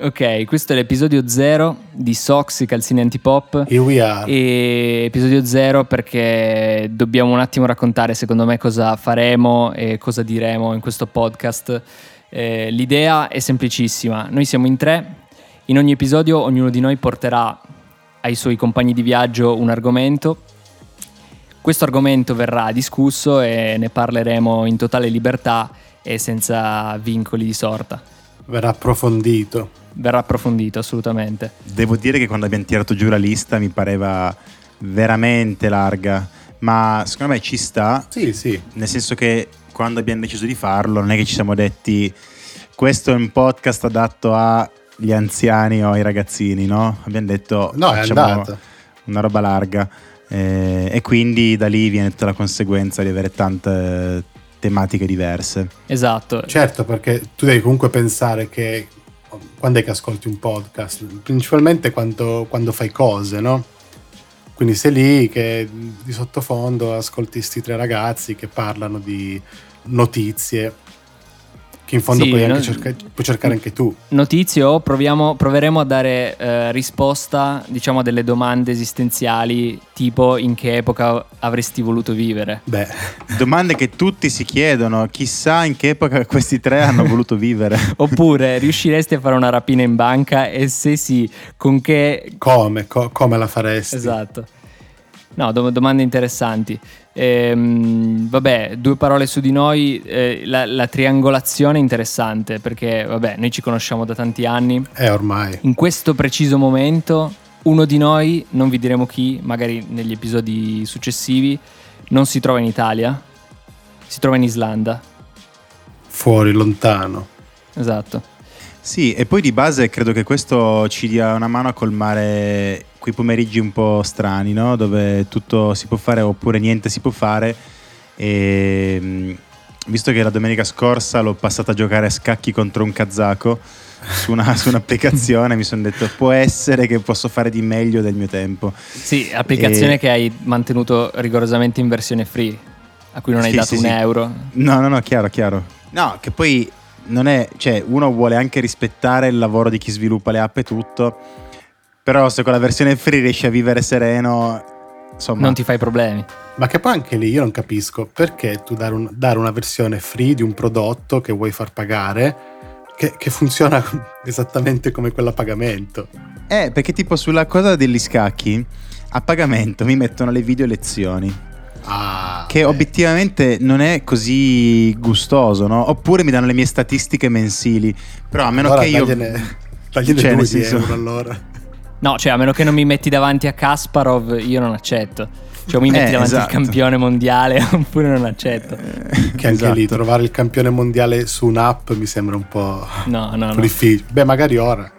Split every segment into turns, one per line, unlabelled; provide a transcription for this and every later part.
Ok, questo è l'episodio 0 di Sox, i calzini antipop.
Here we are.
E episodio 0 perché dobbiamo un attimo raccontare secondo me cosa faremo e cosa diremo in questo podcast. Eh, l'idea è semplicissima, noi siamo in tre, in ogni episodio ognuno di noi porterà ai suoi compagni di viaggio un argomento. Questo argomento verrà discusso e ne parleremo in totale libertà e senza vincoli di sorta.
Verrà approfondito.
Verrà approfondito assolutamente.
Devo dire che quando abbiamo tirato giù la lista mi pareva veramente larga, ma secondo me ci sta,
Sì, sì.
nel senso che quando abbiamo deciso di farlo non è che ci siamo detti questo è un podcast adatto agli anziani o ai ragazzini, no? Abbiamo detto
No, è
facciamo
andata.
una roba larga eh, e quindi da lì viene tutta la conseguenza di avere tante tematiche diverse.
Esatto.
Certo, perché tu devi comunque pensare che quando è che ascolti un podcast? Principalmente quando, quando fai cose, no? Quindi sei lì che di sottofondo ascolti sti tre ragazzi che parlano di notizie, che in fondo
Sì,
puoi,
no?
anche cerca- puoi cercare anche tu.
notizie o proviamo- proveremo a dare eh, risposta diciamo a delle domande esistenziali tipo in che epoca avresti voluto vivere
Beh,
Domande che tutti si chiedono, chissà in che epoca questi tre hanno voluto vivere.
oppure riusciresti a fare una rapina in banca e se sì con che
come, co- come la faresti?
esatto no dom- domande interessanti Ehm, vabbè due parole su di noi eh, la, la triangolazione è interessante perché vabbè noi ci conosciamo da tanti anni
Eh, ormai.
in questo preciso momento uno di noi, non vi diremo chi, magari negli episodi successivi, non si trova in Italia, si trova in Islanda.
Fuori, lontano.
Esatto.
Sì, e poi di base credo che questo ci dia una mano a colmare quei pomeriggi un po' strani, no? Dove tutto si può fare oppure niente si può fare. E, mh, visto che la domenica scorsa l'ho passata a giocare a scacchi contro un kazako su, una- su un'applicazione, mi sono detto può essere che posso fare di meglio del mio tempo.
Sì, applicazione
E-
che hai mantenuto rigorosamente in versione free, a cui non hai
Sì,
dato
sì,
un
sì.
euro.
No, no, no, chiaro, chiaro. No, che poi non è, cioè, uno vuole anche rispettare il lavoro di chi sviluppa le app e tutto. Però se con la versione free riesci a vivere sereno, insomma,
Non ti fai problemi.
Ma che poi anche lì io non capisco perché tu dare, un- dare una versione free di un prodotto che vuoi far pagare, che, che funziona esattamente come quella a pagamento.
Eh, perché tipo sulla cosa degli scacchi a pagamento mi mettono le video lezioni.
Ah,
Che
eh,
obiettivamente non è così gustoso, no? Oppure mi danno le mie statistiche mensili. Però a meno
allora
che io.
Tagliene, tagliene
Cioè, nel
due di
senso-
euro allora.
No, cioè a meno che non mi metti davanti a Kasparov, io non accetto. Cioè o mi
Eh,
metti davanti al
esatto.
campione mondiale oppure non accetto.
Che anche lì
Eh, Esatto.
trovare il campione mondiale su un'app mi sembra un po',
No, no,
un po'
no.
difficile. Beh, magari ora.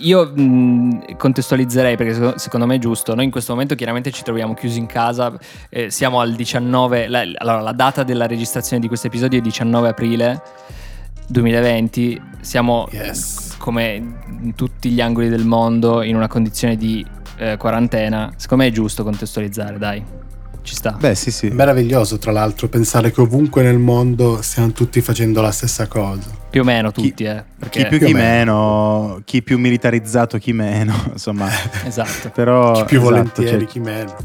Io mh, contestualizzerei perché seco- secondo me è giusto. Noi in questo momento chiaramente ci troviamo chiusi in casa. eh, siamo al 19. la- allora, la data della registrazione di questo episodio è 19 aprile 2020. Siamo
Yes.
come in tutti gli angoli del mondo in una condizione di eh, quarantena. Secondo me è giusto contestualizzare, dai. Ci sta.
Beh, sì, sì.
Meraviglioso, tra l'altro, pensare che ovunque nel mondo stiano tutti facendo la stessa cosa.
Più o meno
Chi-
tutti, eh. Perché,
chi più,
Più o
chi meno, chi più militarizzato, chi meno. Insomma,
Esatto.
però
Chi più
esatto,
volentieri,
cioè,
chi meno.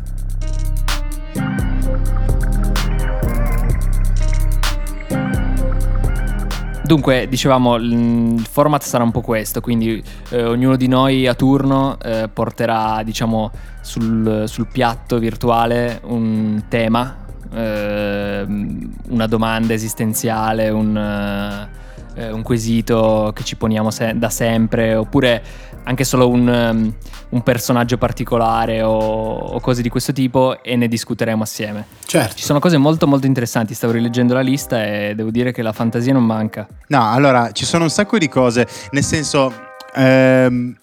Dunque, dicevamo, l- il format sarà un po' questo, quindi eh, ognuno di noi a turno eh, porterà, diciamo, sul, sul piatto virtuale un tema, ehm, una domanda esistenziale, un, eh, un quesito che ci poniamo se- da sempre, oppure anche solo un, ehm, un personaggio particolare o, o cose di questo tipo e ne discuteremo assieme. Ci
Certo.
sono cose molto molto interessanti, stavo rileggendo la lista e devo dire che la fantasia non manca.
No, allora ci sono un sacco di cose. Nel senso, ehm,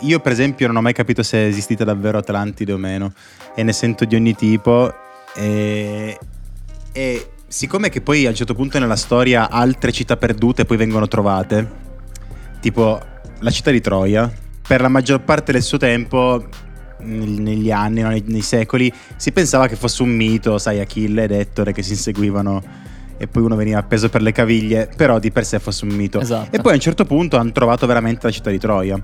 io per esempio non ho mai capito se è esistita davvero Atlantide o meno e ne sento di ogni tipo e, e siccome che poi a un certo punto nella storia altre città perdute poi vengono trovate, tipo la città di Troia, per la maggior parte del suo tempo, nel- negli anni, no, nei, nei secoli, si pensava che fosse un mito, sai, Achille ed Ettore che si inseguivano e poi uno veniva appeso per le caviglie, però di per sé fosse un mito.
Esatto.
E poi a un certo punto hanno trovato veramente la città di Troia.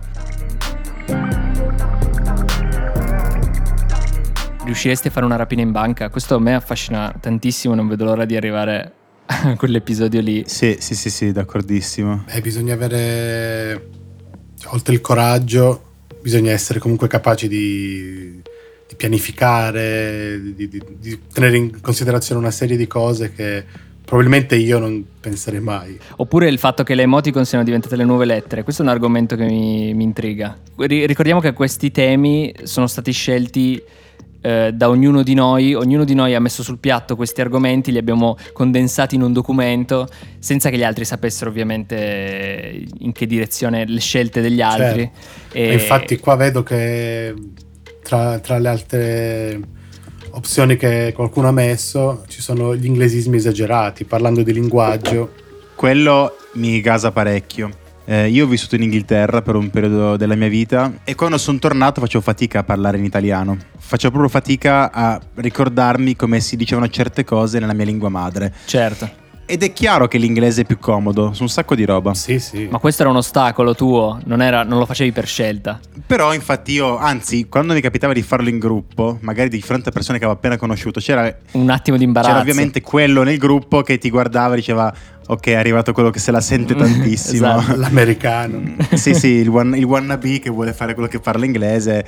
Riusciresti a fare una rapina in banca? Questo a me affascina tantissimo, non vedo l'ora di arrivare a quell'episodio lì.
Sì, sì, sì, sì, d'accordissimo.
Beh, bisogna avere, cioè, oltre il coraggio, bisogna essere comunque capaci di, di pianificare, di, di- di tenere in considerazione una serie di cose che probabilmente io non penserei mai.
Oppure il fatto che le emoticon siano diventate le nuove lettere, questo è un argomento che mi, mi intriga. Ri- ricordiamo che questi temi sono stati scelti eh, da ognuno di noi, ognuno di noi ha messo sul piatto questi argomenti, li abbiamo condensati in un documento, senza che gli altri sapessero ovviamente eh, in che direzione le scelte degli altri.
Cioè, Certo.
Eh.
E infatti qua vedo che tra, tra le altre opzioni che qualcuno ha messo ci sono gli inglesismi esagerati, parlando di linguaggio.
Quello mi gasa parecchio. Eh, io ho vissuto in Inghilterra per un periodo della mia vita e quando sono tornato facevo fatica a parlare in italiano. Faccio proprio fatica a ricordarmi come si dicevano certe cose nella mia lingua madre.
certo.
Ed è chiaro che l'inglese è più comodo, su un sacco di roba.
Sì, sì.
Ma questo era un ostacolo tuo, non, era- non lo facevi per scelta.
Però infatti io, anzi, quando mi capitava di farlo in gruppo, magari di fronte a persone che avevo appena conosciuto, c'era
Un attimo di imbarazzo.
C'era Cioè, ovviamente quello nel gruppo che ti guardava e diceva ok è arrivato quello che se la sente tantissimo.
Esatto.
L'americano.
sì sì, il, wann- il wannabe che vuole fare quello che parla inglese.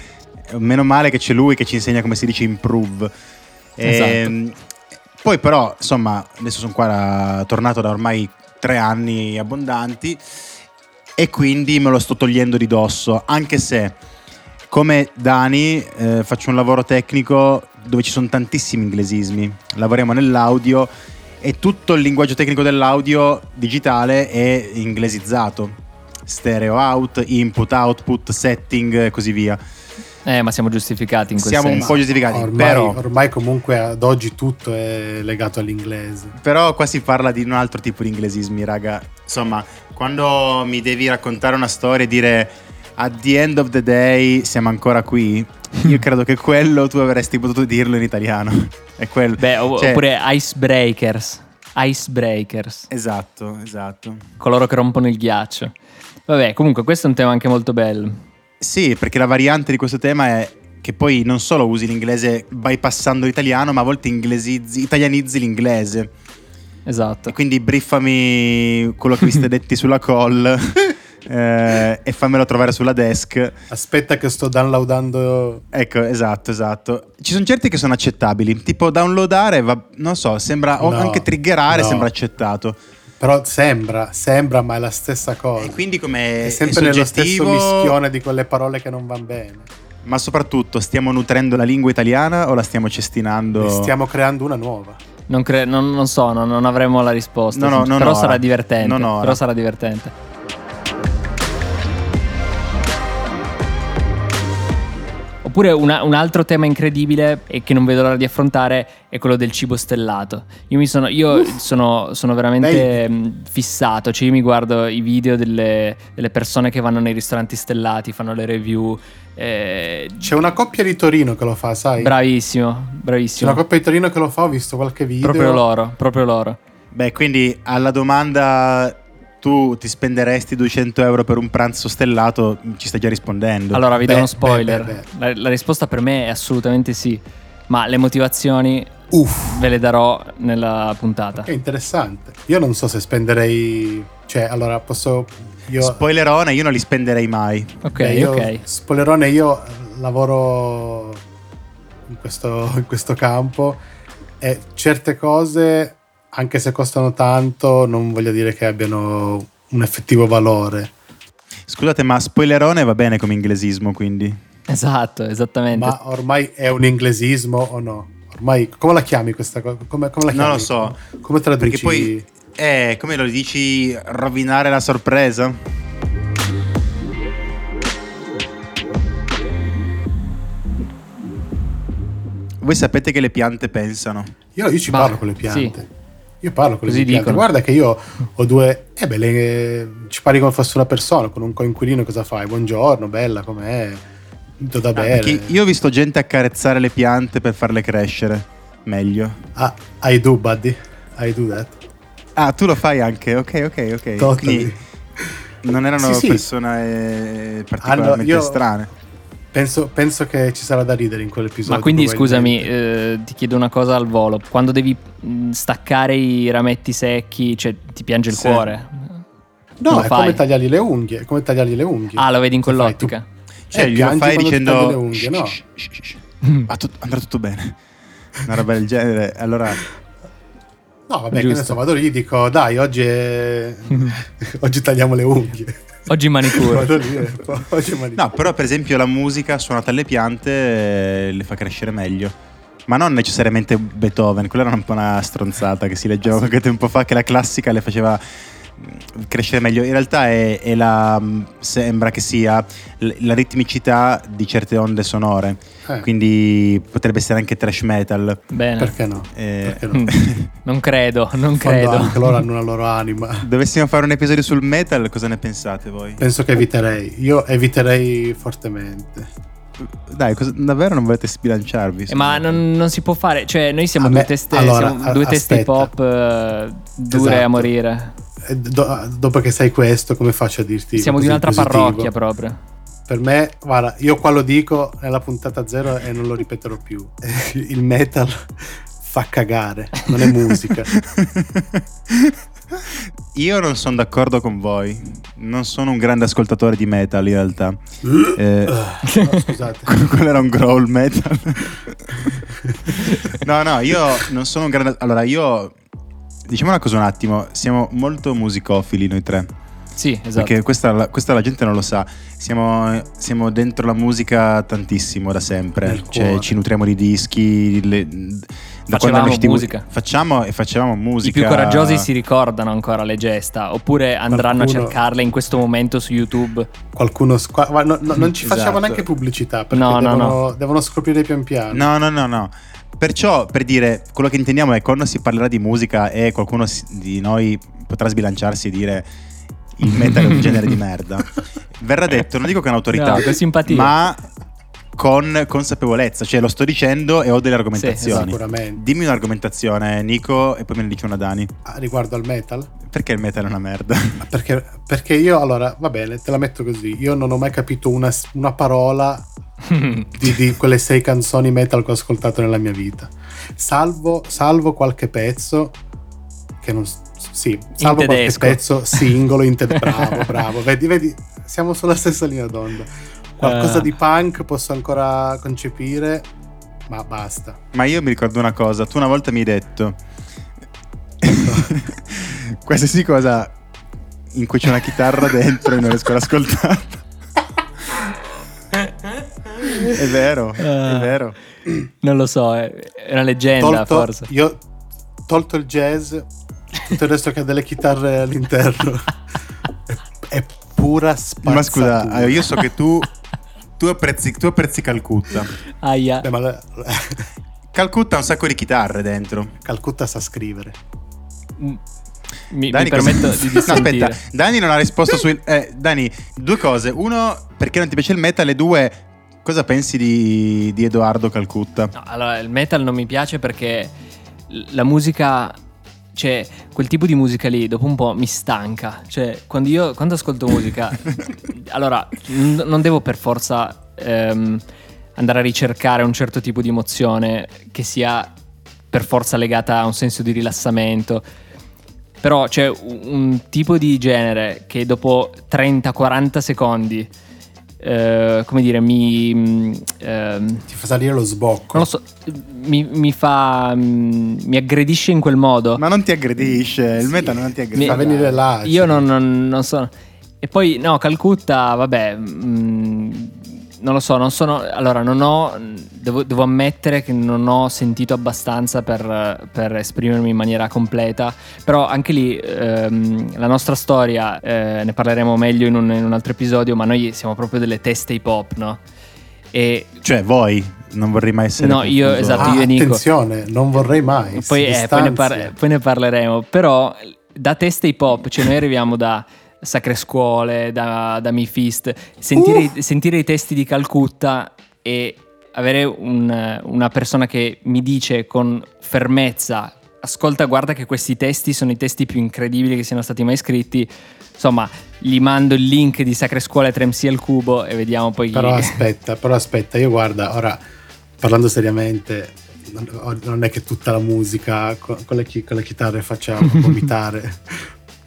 Meno male che c'è lui che ci insegna come si dice improve. Ehm, Poi però, insomma, adesso sono qua da- tornato da ormai tre anni abbondanti e quindi me lo sto togliendo di dosso, anche se come Dani eh, faccio un lavoro tecnico dove ci sono tantissimi inglesismi, lavoriamo nell'audio e tutto il linguaggio tecnico dell'audio digitale è inglesizzato. Stereo out, input, output, setting e così via.
Eh, ma siamo giustificati in quel
Siamo un
senso.
po' giustificati,
Ormai,
però...
ormai comunque ad oggi tutto è legato all'inglese.
Però qua si parla di un altro tipo di inglesismi, raga. Insomma, quando mi devi raccontare una storia e dire at the end of the day siamo ancora qui, io credo che quello tu avresti potuto dirlo in italiano. È quello.
Beh, o-
Cioè,
oppure icebreakers. Icebreakers.
Esatto, esatto.
Coloro che rompono il ghiaccio. Vabbè, comunque questo è un tema anche molto bello.
Sì, perché la variante di questo tema è che poi non solo usi l'inglese bypassando l'italiano, ma a volte inglesizzi, italianizzi l'inglese.
Esatto.
E quindi briffami quello che vi siete detti sulla call eh, e fammelo trovare sulla desk.
Aspetta che sto downloadando...
Ecco, esatto, esatto. Ci sono certi che sono accettabili, tipo downloadare, va- non so, sembra, o
No,
anche triggerare
no.
sembra accettato.
Però sembra, sembra, ma è la stessa cosa.
E quindi come
è sempre nello stesso
soggettivo,
mischione di quelle parole che non vanno bene.
Ma soprattutto, stiamo nutrendo la lingua italiana o la stiamo cestinando?
Ne stiamo creando una nuova.
Non, cre- non- non so, no- non avremo la risposta.
No, no, non
però
ora.
sarà divertente.
Non ora.
però sarà divertente. Oppure una- un altro tema incredibile e che non vedo l'ora di affrontare è quello del cibo stellato. Io, mi sono, io sono, sono veramente mh, fissato, cioè io mi guardo i video delle, delle persone che vanno nei ristoranti stellati, fanno le review. eh,
C'è una coppia di Torino che lo fa, sai?
bravissimo,
C'è
bravissimo.
una coppia di Torino che lo fa, ho visto qualche video.
Proprio loro, proprio loro.
Beh, quindi alla domanda tu ti spenderesti 200 euro per un pranzo stellato, ci stai già rispondendo.
Allora, vi do
Beh,
uno spoiler.
beh, beh,
La, la risposta per me è assolutamente sì, ma le motivazioni
Uff,
ve le darò nella puntata.
che interessante. Io non so se spenderei... Cioè, allora, posso... Io...
Spoilerone, io non li spenderei mai.
Ok,
Beh, io,
ok.
Spoilerone, io lavoro in questo, in questo campo e certe cose, anche se costano tanto, non voglio dire che abbiano un effettivo valore.
Scusate, ma spoilerone va bene come inglesismo, quindi.
Esatto, esattamente.
Ma ormai è un inglesismo o no? Ormai, come la chiami questa cosa? Come, come la
Non
chiami?
lo so.
Come
Perché
traduci?
poi, eh, come lo dici, rovinare la sorpresa? Voi sapete che le piante pensano.
Io, io ci
Vale,
parlo con le piante.
sì.
Io parlo con
Così
le piante.
dicono.
Guarda che io ho due... Eh beh, le- ci parli come fosse una persona, con un coinquilino cosa fai? Buongiorno, bella, com'è? Tutto da bene.
Ah, Perché io ho visto gente accarezzare le piante per farle crescere meglio.
Ah, I do, buddy. eh? I do that.
Ah, tu lo fai anche? Ok, ok, ok.
Totally.
Eh, Quindi non erano
Sì, sì.
persone eh, particolarmente
io-
strane.
Penso, penso che ci sarà da ridere in quell'episodio.
Ma quindi
probabilmente.
scusami, eh, ti chiedo una cosa al volo. Quando devi mh, staccare i rametti secchi, cioè ti piange il
Sì.
cuore.
No,
Lo
è
fai?
come tagliargli le unghie. È come tagliargli le unghie.
Ah, lo vedi in
Lo fai
quell'ottica.
Cioè,
Eh,
glielo
piangi
fai
quando ti togli
dicendo...
le unghie,
"Shh,
no?"
shh, shh, shh, shh. Va tut- andrà tutto bene. Una roba del genere. Allora,
No, vabbè, che ne
Giusto.
so, vado lì e dico, dai, oggi, è- oggi tagliamo le unghie.
Oggi manicure.
Vado lì e poi- oggi mani-
no, però per esempio la musica suonata alle piante eh, le fa crescere meglio. Ma non necessariamente Beethoven, quella era un po' una stronzata che si
Ah,
leggeva qualche tempo fa, che la classica le faceva mm, crescere meglio. In realtà è, è la, mm, sembra che sia l- la ritmicità di certe onde sonore,
Eh,
quindi potrebbe essere anche trash metal.
Bene.
perché no?
Eh,
Perché no?
Mm. Non credo, non
Quando
credo.
anche loro hanno una loro anima.
Dovessimo fare un episodio sul metal, cosa ne pensate voi?
Penso che eviterei. Io eviterei fortemente.
Dai, cosa- davvero non volete sbilanciarvi?
Eh, Ma non, non si può fare, cioè noi siamo
A
due
me-
teste,
allora,
siamo
a-
due teste hip
aspetta.
hop eh, dure
Esatto.
a morire.
E do- dopo che sai questo, come faccio a dirti?
siamo di
cose
un'altra
positivo?
parrocchia proprio.
Per me, guarda, io qua lo dico nella puntata zero e non lo ripeterò più. Il metal fa cagare, non è musica.
Io non sono d'accordo con voi. Non sono un grande ascoltatore di metal in realtà. Eh,
No, scusate.
quello era un growl metal. no, no, io non sono un grande. Allora, io. Diciamo una cosa un attimo, siamo molto musicofili noi tre.
Sì, esatto.
Perché questa, questa la gente non lo sa. Siamo, siamo dentro la musica tantissimo da sempre.
Nel
Cioè,
cuore.
ci nutriamo di dischi. le- da
Facevamo
quando erano usciti-
musica.
Facciamo e facevamo musica.
I più coraggiosi si ricordano ancora le gesta, oppure andranno
Qualcuno-
a cercarle in questo momento su YouTube.
Qualcuno squa- guarda, no, no, non ci facciamo
Esatto.
neanche pubblicità perché
No, no,
devono, devono scoprire pian piano.
No, no, no, no. Perciò, per dire, quello che intendiamo è quando si parlerà di musica e qualcuno si- di noi potrà sbilanciarsi e dire il metal è un genere di merda. Verrà detto, non dico con autorità,
No, con simpatia.
ma con consapevolezza. Cioè, lo sto dicendo e ho
esatto.
delle argomentazioni.
Sicuramente.
Dimmi un'argomentazione, Nico, e poi me ne dice una Dani.
Ah, riguardo al metal?
Perché il metal è una merda?
Perché, perché io, allora, va bene, te la metto così. Io non ho mai capito una, una parola di, di quelle sei canzoni metal che ho ascoltato nella mia vita. Salvo, salvo qualche pezzo che non... s- Sì, salvo qualche
tedesco.
pezzo singolo in te- Bravo, bravo. Vedi, vedi, siamo sulla stessa linea d'onda. Qualcosa
Ah.
di punk posso ancora concepire, ma basta.
Ma io mi ricordo una cosa, tu una volta mi hai detto qualsiasi cosa in cui c'è una chitarra dentro e non riesco ad ascoltarla. È vero, è
Ah.
vero.
Non lo so, è è una leggenda
Tolto,
Eh, forse.
io tolto il jazz, tutto il resto che ha delle chitarre all'interno. è, è pura spazzatura.
Ma scusa, allora, io so che tu, tu, apprezzi, tu apprezzi Calcutta.
Aia.
Beh, ma la-
Calcutta ha un sacco di chitarre dentro.
Calcutta sa scrivere.
Mi, mi
Dani, cosa-
permetto di
No,
dissentire.
aspetta, Dani non ha risposto sui... eh, Dani, due cose. Uno, perché non ti piace il metal e due, cosa pensi di, di Edoardo Calcutta?
No, allora, il metal non mi piace perché l- la musica, cioè, quel tipo di musica lì dopo un po' mi stanca. Cioè, quando io quando ascolto musica, allora, n- non devo per forza ehm, andare a ricercare un certo tipo di emozione che sia per forza legata a un senso di rilassamento. Però c'è un un tipo di genere che dopo 30-40 secondi, eh, come dire, mi... mm, ehm,
Ti fa salire lo sbocco.
non lo so, mi, mi fa. mm, mi aggredisce in quel modo.
Ma non ti aggredisce, cioè, il
Sì.
metal non ti
Mi-
aggredisce.
fa venire l'acido.
Io non, non- non so. E poi, no, Calcutta, vabbè. mm, non lo so, non sono. Allora, non ho. Devo, devo ammettere che non ho sentito abbastanza per, per esprimermi in maniera completa. Però anche lì ehm, la nostra storia eh, ne parleremo meglio in un, in un altro episodio. Ma noi siamo proprio delle teste hip hop, no? E
Cioè, voi non vorrei mai essere.
No, io-
confuso.
esatto,
Ah,
io e Nico.
attenzione, non vorrei mai. si
poi, eh, poi ne par-
distanzia.
poi ne parleremo. Però da teste hip hop, cioè noi arriviamo da Sacre Scuole, da, da Mifist,
Uh!
sentire, sentire i testi di Calcutta e avere un- una persona che mi dice con fermezza, ascolta, guarda che questi testi sono i testi più incredibili che siano stati mai scritti. Insomma, gli mando il link di Sacre Scuole 3MC al cubo e vediamo poi chi...
Però aspetta, però aspetta, io guarda, ora parlando seriamente, non non è che tutta la musica co- con, le, chi- con le chitarre facciamo vomitare,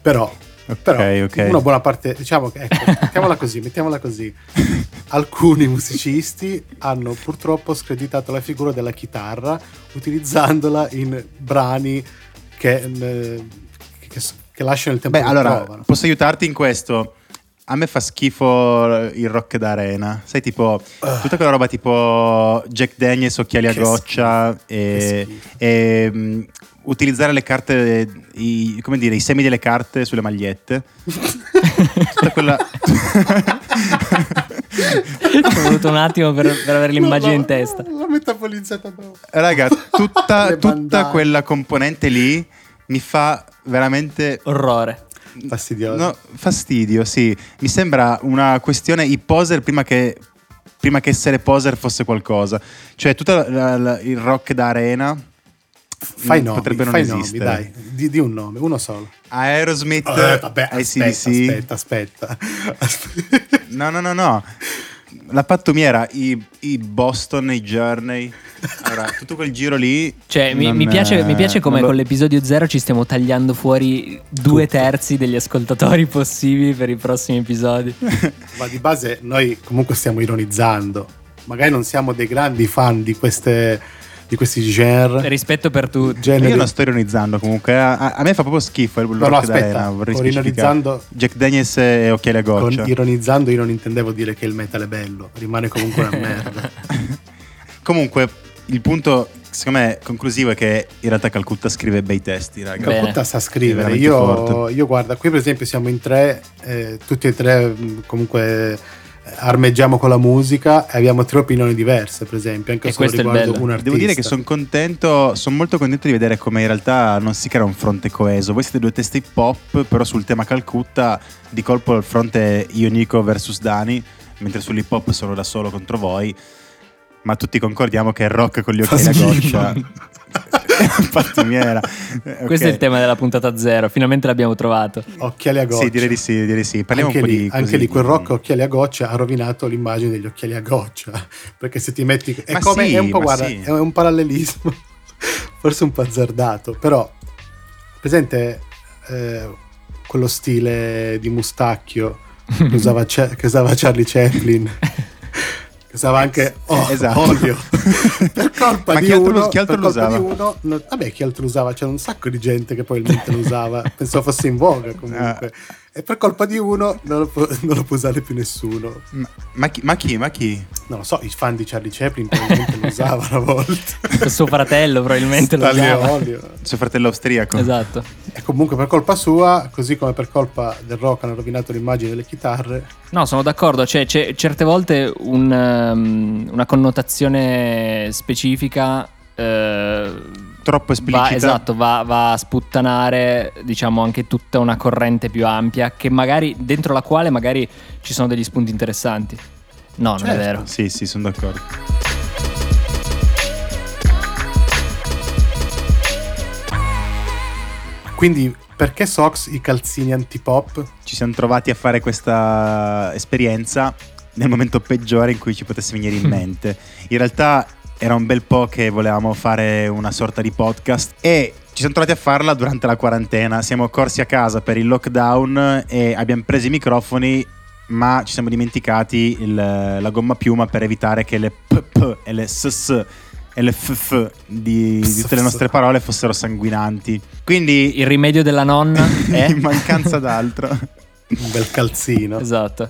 però,
Ok,
però
ok.
una buona parte, diciamo che, ecco, mettiamola così, mettiamola così, alcuni musicisti hanno purtroppo screditato la figura della chitarra utilizzandola in brani che, eh, che- che lasciano il tempo
Beh,
che
allora,
trovano.
posso aiutarti in questo? A me fa schifo il rock d'arena. Sai, tipo, tutta quella roba tipo Jack Daniels, occhiali a
Ah. Che
goccia e,
schifo.
e, mm, utilizzare le carte, i, come dire, i semi delle carte sulle magliette. Tutta quella.
Ci è voluto un attimo per, per avere l'immagine in testa.
L'ho metabolizzata proprio.
Raga, tutta,
Le
tutta
bandane.
quella componente lì mi fa veramente
Orrore.
Fastidioso.
Eh, No, fastidio, sì. Mi sembra una questione i poser prima che, prima che essere poser fosse qualcosa. Cioè, tutto il rock da arena.
Fai
mm,
nomi,
potrebbe non
fai
esistere.
nomi, dai, di, di un nome, uno solo.
Aerosmith,
Eh, vabbè,
ACDC.
aspetta, aspetta, aspetta. Aspetta.
No, no, no, no. La pattumiera, i, i Boston, i Journey. Allora, tutto quel giro lì.
Cioè, mi,
non,
mi piace,
eh,
mi piace come
non lo-
con l'episodio zero ci stiamo tagliando fuori due terzi degli ascoltatori possibili per i prossimi episodi.
Ma di base noi comunque stiamo ironizzando. Magari non siamo dei grandi fan di queste di questi genre.
Rispetto per tutti.
generi.
Io non sto ironizzando comunque, a, a- a me fa proprio schifo il rock
No, no,
d'arena,
aspetta,
vorrei
con
specificare.
ironizzando,
Jack Daniels e occhiali a
con
goccia.
ironizzando io non intendevo dire che il metal è bello, rimane comunque una merda.
Comunque, il punto, secondo me, conclusivo è che in realtà Calcutta scrive bei testi, raga.
Beh.
Calcutta sa scrivere.
Veramente
Io,
forte.
io guarda, qui per esempio siamo in tre, eh, tutti e tre mh, comunque eh, armeggiamo con la musica e abbiamo tre opinioni diverse, per esempio, anche
E
solo
questo è il
riguardo
bello.
un artista.
Devo dire che sono contento, sono molto contento di vedere come in realtà non si crea un fronte coeso. Voi siete due testi pop, però sul tema Calcutta di colpo il fronte è io Nico versus Dani, mentre sull'hip hop sono da solo contro voi. Ma tutti concordiamo che il rock con gli
Fa
occhiali a
schifo.
goccia è pattumiera.
Questo è il tema della puntata zero. Finalmente l'abbiamo trovato.
Ecco. Occhiali a goccia.
Sì, direi di sì, direi di sì. Parliamo
anche
un po'
lì,
di
anche
così, mm.
lì quel
di-
rock occhiali a goccia ha rovinato l'immagine degli occhiali a goccia. Perché se ti metti. È
Ma
come
sì,
è un po'
ma
guarda,
sì.
è un parallelismo. Forse un po' azzardato. Però presente eh, quello stile di mustacchio che usava, Ce- che usava Charlie Chaplin. che Usava anche oh,
Esatto.
olio per colpa
Ma
di
chi altro lo-
uno,
chi altro
per
lo
colpa
usava?
di uno no- vabbè chi altro usava c'era un sacco di gente che poi probabilmente lo usava pensavo fosse in voga comunque e per colpa di uno non lo, può, non lo può usare più nessuno.
Ma, ma chi? Ma chi? Ma chi?
Non lo so, i fan di Charlie Chaplin probabilmente lo usava una volta.
Il suo fratello probabilmente lo
Stanley
usava.
Olio.
Suo fratello austriaco.
Esatto.
E comunque per colpa sua, così come per colpa del rock hanno rovinato l'immagine delle chitarre,
No, sono d'accordo. Cioè, c'è certe volte un, um, una connotazione specifica. eh,
Troppo esplicita.
Va, esatto, va, va a sputtanare diciamo anche tutta una corrente più ampia che magari dentro la quale magari ci sono degli spunti interessanti. No, non è
Certo.
vero.
Sì, sì, sono d'accordo.
quindi perché Sox i calzini antipop?
Ci siamo trovati a fare questa esperienza nel momento peggiore in cui ci potesse venire in mente. In realtà era un bel po' che volevamo fare una sorta di podcast e ci siamo trovati a farla durante la quarantena. Siamo corsi a casa per il lockdown e abbiamo preso i microfoni, ma ci siamo dimenticati il- la gomma piuma per evitare che le pp e le ss e le ff di, di tutte le nostre parole fossero sanguinanti. Quindi eh?
Il rimedio della nonna è
in mancanza d'altro.
Un bel calzino.
Esatto.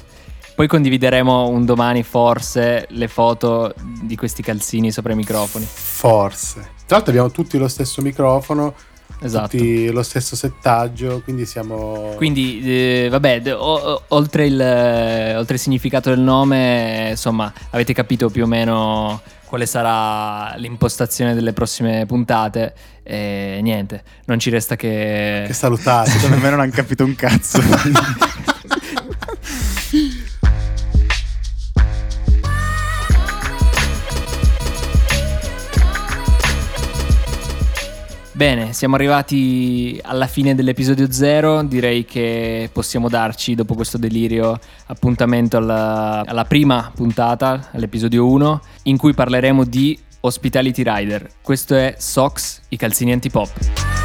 Poi condivideremo un domani forse le foto di questi calzini sopra i microfoni.
Forse. Tra l'altro abbiamo tutti lo stesso microfono
Esatto.
tutti lo stesso settaggio, quindi siamo...
Quindi, eh, vabbè, d- o- o- oltre, il, eh, oltre il significato del nome, eh, insomma, avete capito più o meno quale sarà l'impostazione delle prossime puntate. E niente, non ci resta che.
che salutare.
Secondo me non hanno capito un cazzo.
Bene, siamo arrivati alla fine dell'episodio zero. Direi che possiamo darci, dopo questo delirio, appuntamento alla, alla prima puntata, all'episodio 1, in cui parleremo di Hospitality Rider. Questo è Socks, i calzini antipop.